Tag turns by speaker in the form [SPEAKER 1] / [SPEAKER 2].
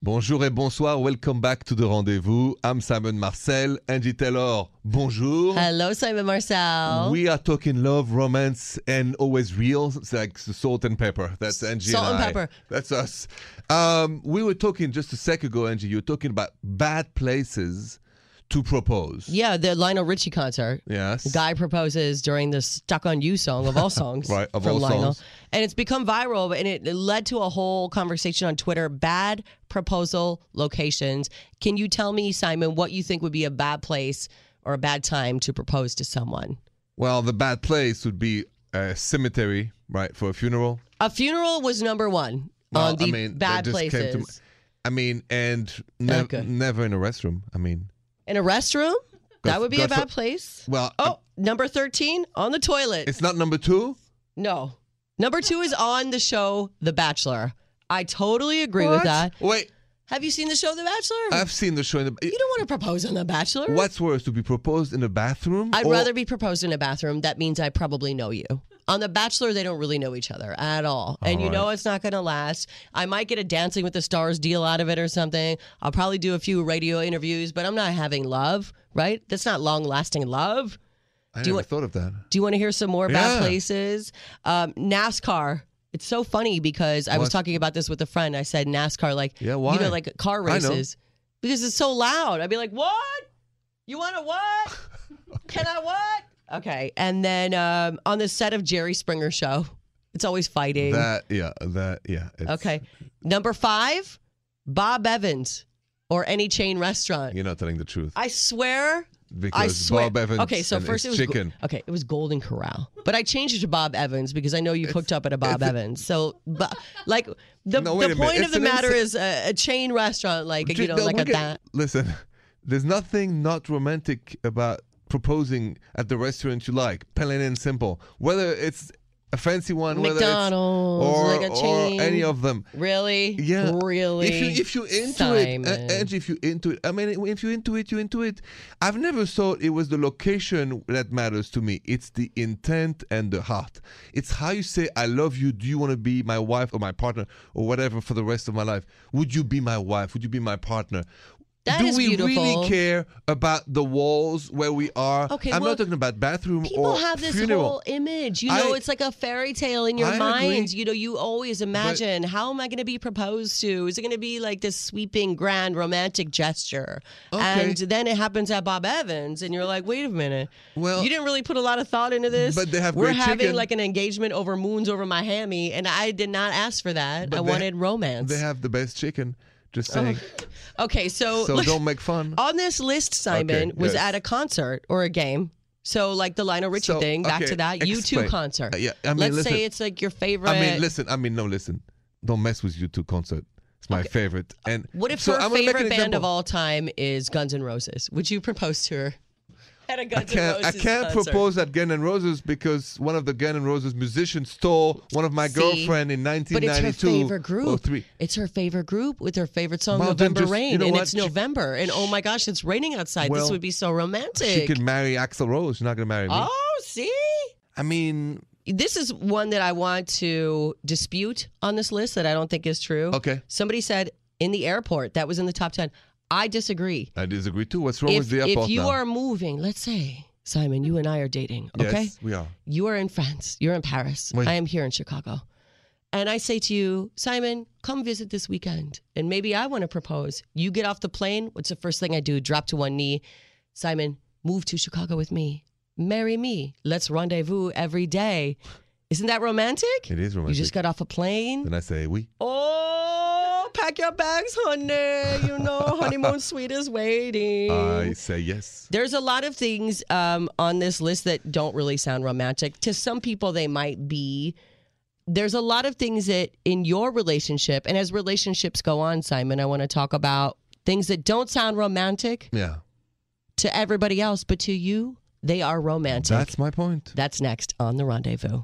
[SPEAKER 1] Bonjour et bonsoir, welcome back to the rendezvous. I'm Simon Marcel, Angie Taylor, bonjour.
[SPEAKER 2] Hello, Simon Marcel.
[SPEAKER 1] We are talking love, romance, and always real. It's like salt and pepper. That's Angie
[SPEAKER 2] Salt and
[SPEAKER 1] I.
[SPEAKER 2] pepper.
[SPEAKER 1] That's us. Um, we were talking just a sec ago, Angie. You were talking about bad places to propose.
[SPEAKER 2] yeah, the Lionel Richie concert.
[SPEAKER 1] Yes.
[SPEAKER 2] Guy proposes during the "Stuck on You" song of all songs,
[SPEAKER 1] Right, of
[SPEAKER 2] from
[SPEAKER 1] all
[SPEAKER 2] Lionel,
[SPEAKER 1] songs.
[SPEAKER 2] and it's become viral. And it, it led to a whole conversation on Twitter: bad proposal locations. Can you tell me, Simon, what you think would be a bad place or a bad time to propose to someone?
[SPEAKER 1] Well, the bad place would be a cemetery, right, for a funeral.
[SPEAKER 2] A funeral was number one
[SPEAKER 1] Well,
[SPEAKER 2] on Oh, the
[SPEAKER 1] I mean, that
[SPEAKER 2] bad
[SPEAKER 1] just came to
[SPEAKER 2] places.
[SPEAKER 1] m- I mean, and nev-
[SPEAKER 2] Okay.
[SPEAKER 1] never in a restroom. I mean,
[SPEAKER 2] In a restroom, that would be
[SPEAKER 1] God
[SPEAKER 2] a bad
[SPEAKER 1] for-
[SPEAKER 2] place.
[SPEAKER 1] well,
[SPEAKER 2] Oh, number thirteen on the toilet.
[SPEAKER 1] it's not number two.
[SPEAKER 2] No. Number two is on the show The Bachelor. I totally agree with
[SPEAKER 1] What? Uh,
[SPEAKER 2] that.
[SPEAKER 1] Wait,
[SPEAKER 2] Have you seen the show The Bachelor?
[SPEAKER 1] I've seen the show. In the,
[SPEAKER 2] you don't want to propose on The Bachelor.
[SPEAKER 1] What's worse, to be proposed in a bathroom?
[SPEAKER 2] I'd
[SPEAKER 1] or-
[SPEAKER 2] rather be proposed in a bathroom. That means I probably know you. On The Bachelor, they don't really know each other at all. And you know it's not going to last. I might get a Dancing with the Stars deal out of it or something. I'll probably do a few radio interviews, but I'm not having love, right? That's not long lasting love.
[SPEAKER 1] I
[SPEAKER 2] do you
[SPEAKER 1] never
[SPEAKER 2] want-
[SPEAKER 1] thought of that.
[SPEAKER 2] Do you want to hear some more
[SPEAKER 1] Yeah.
[SPEAKER 2] bad places? Um, NASCAR. It's so funny because I was
[SPEAKER 1] What?
[SPEAKER 2] talking about this with a friend. I said NASCAR, like
[SPEAKER 1] Yeah,
[SPEAKER 2] you
[SPEAKER 1] why?
[SPEAKER 2] know, like car
[SPEAKER 1] I know.
[SPEAKER 2] races, because it's so loud. I'd be like, "What? You want to what? Can I what?" Okay. And then um, on the set of Jerry Springer show, it's always fighting.
[SPEAKER 1] That yeah, that yeah. it's-
[SPEAKER 2] okay. Number five, Bob Evans, or any chain restaurant.
[SPEAKER 1] You're not telling the truth
[SPEAKER 2] I swear
[SPEAKER 1] because
[SPEAKER 2] I swear.
[SPEAKER 1] Bob Evans.
[SPEAKER 2] Okay, so
[SPEAKER 1] and
[SPEAKER 2] first it
[SPEAKER 1] his
[SPEAKER 2] was go-
[SPEAKER 1] chicken.
[SPEAKER 2] okay, it was Golden Corral, but I changed it to Bob Evans because I know you've hooked up at a Bob Evans. So, but, like the,
[SPEAKER 1] No, wait
[SPEAKER 2] the
[SPEAKER 1] a minute.
[SPEAKER 2] point of
[SPEAKER 1] It's
[SPEAKER 2] the
[SPEAKER 1] an
[SPEAKER 2] matter
[SPEAKER 1] insa-
[SPEAKER 2] is a, a chain restaurant, like
[SPEAKER 1] Ju-
[SPEAKER 2] you know,
[SPEAKER 1] no,
[SPEAKER 2] like
[SPEAKER 1] we
[SPEAKER 2] a
[SPEAKER 1] can-
[SPEAKER 2] that.
[SPEAKER 1] Listen, there's nothing not romantic about proposing at the restaurant you like, plain and simple. Whether it's a fancy one,
[SPEAKER 2] McDonald's,
[SPEAKER 1] whether
[SPEAKER 2] like
[SPEAKER 1] it's,
[SPEAKER 2] a
[SPEAKER 1] or, or
[SPEAKER 2] chain.
[SPEAKER 1] any of them.
[SPEAKER 2] Really?
[SPEAKER 1] Yeah,
[SPEAKER 2] Really?
[SPEAKER 1] If you if you into
[SPEAKER 2] Simon.
[SPEAKER 1] it, uh, Angie, if you into it, I mean, if you into it, you into it. I've never thought it was the location that matters to me. It's the intent and the heart. It's how you say I love you. Do you want to be my wife or my partner or whatever for the rest of my life? Would you be my wife? Would you be my partner?
[SPEAKER 2] That
[SPEAKER 1] Do
[SPEAKER 2] is
[SPEAKER 1] we
[SPEAKER 2] beautiful.
[SPEAKER 1] really care about the walls where we are?
[SPEAKER 2] Okay,
[SPEAKER 1] I'm
[SPEAKER 2] well,
[SPEAKER 1] not talking about bathroom
[SPEAKER 2] People
[SPEAKER 1] or
[SPEAKER 2] have this
[SPEAKER 1] funeral.
[SPEAKER 2] whole image, you know,
[SPEAKER 1] I-
[SPEAKER 2] it's like a fairy tale in your
[SPEAKER 1] I
[SPEAKER 2] mind.
[SPEAKER 1] agree.
[SPEAKER 2] You know, you always imagine how am I going to be proposed to? Is it going to be like this sweeping, grand, romantic gesture?
[SPEAKER 1] Okay.
[SPEAKER 2] And then it happens at Bob Evans, and you're like, wait a minute,
[SPEAKER 1] Well-
[SPEAKER 2] you didn't really put a lot of thought into this.
[SPEAKER 1] But they have
[SPEAKER 2] we're
[SPEAKER 1] great
[SPEAKER 2] having
[SPEAKER 1] chicken.
[SPEAKER 2] like an engagement over moons over Miami, and I did not ask for that.
[SPEAKER 1] But
[SPEAKER 2] I
[SPEAKER 1] they-
[SPEAKER 2] wanted romance.
[SPEAKER 1] They have the best chicken. Just saying.
[SPEAKER 2] okay, so
[SPEAKER 1] So
[SPEAKER 2] Oh, look-
[SPEAKER 1] don't make fun. Uh,
[SPEAKER 2] on this list, Simon
[SPEAKER 1] Okay,
[SPEAKER 2] was
[SPEAKER 1] yes.
[SPEAKER 2] at a concert or a game. So like the Lionel Richie
[SPEAKER 1] So,
[SPEAKER 2] thing, back
[SPEAKER 1] okay,
[SPEAKER 2] to that
[SPEAKER 1] explain.
[SPEAKER 2] U2 concert.
[SPEAKER 1] Uh, yeah, I mean,
[SPEAKER 2] let's
[SPEAKER 1] listen.
[SPEAKER 2] say it's like your favorite.
[SPEAKER 1] I mean, listen. I mean, no, listen. Don't mess with you two concert. It's my favorite. And
[SPEAKER 2] Uh, what if
[SPEAKER 1] so
[SPEAKER 2] her
[SPEAKER 1] I'm gonna make an
[SPEAKER 2] favorite band of
[SPEAKER 1] example.
[SPEAKER 2] all time is Guns N' Roses? Would you propose to her at a
[SPEAKER 1] I
[SPEAKER 2] Guns N'
[SPEAKER 1] can't.
[SPEAKER 2] Roses
[SPEAKER 1] I can't
[SPEAKER 2] concert?
[SPEAKER 1] propose at Guns N' Roses because one of the Guns N' Roses musicians stole one of my
[SPEAKER 2] See?
[SPEAKER 1] girlfriend in
[SPEAKER 2] But it's
[SPEAKER 1] 1992
[SPEAKER 2] her favorite
[SPEAKER 1] or
[SPEAKER 2] group.
[SPEAKER 1] three.
[SPEAKER 2] It's her favorite group with her favorite song,
[SPEAKER 1] Well, then
[SPEAKER 2] November
[SPEAKER 1] just- you
[SPEAKER 2] Rain,
[SPEAKER 1] know
[SPEAKER 2] and
[SPEAKER 1] what?
[SPEAKER 2] it's
[SPEAKER 1] She-
[SPEAKER 2] November, and oh my gosh, it's raining outside. this
[SPEAKER 1] Well,
[SPEAKER 2] would be so romantic.
[SPEAKER 1] She can marry Axel Rose. She's not gonna marry me.
[SPEAKER 2] oh, see.
[SPEAKER 1] I mean,
[SPEAKER 2] this is one that I want to dispute on this list that I don't think is true.
[SPEAKER 1] Okay.
[SPEAKER 2] Somebody said in the airport that was in the top 10. I disagree.
[SPEAKER 1] I disagree too. What's wrong
[SPEAKER 2] if
[SPEAKER 1] with the airport
[SPEAKER 2] if you
[SPEAKER 1] now?
[SPEAKER 2] are moving, let's say, Simon, you and I are dating,
[SPEAKER 1] yes,
[SPEAKER 2] okay?
[SPEAKER 1] we are.
[SPEAKER 2] You are in France, you're in Paris,
[SPEAKER 1] Wait.
[SPEAKER 2] I am here in Chicago. And I say to you, Simon, come visit this weekend. And maybe I want to propose. You get off the plane. What's the first thing I do? Drop to one knee. Simon, move to Chicago with me. Marry me. Let's rendezvous every day. Isn't that romantic?
[SPEAKER 1] It is
[SPEAKER 2] You
[SPEAKER 1] romantic.
[SPEAKER 2] just got off a plane.
[SPEAKER 1] Then I say we.
[SPEAKER 2] Oh, pack your bags, honey. You know, honeymoon suite is waiting.
[SPEAKER 1] I say yes.
[SPEAKER 2] There's a lot of things um, on this list that don't really sound romantic. To some people, they might be. There's a lot of things that in your relationship, and as relationships go on, Simon, I want to talk about things that don't sound romantic
[SPEAKER 1] Yeah.
[SPEAKER 2] to everybody else, but to you, they are romantic.
[SPEAKER 1] That's my point.
[SPEAKER 2] That's next on The Rendezvous.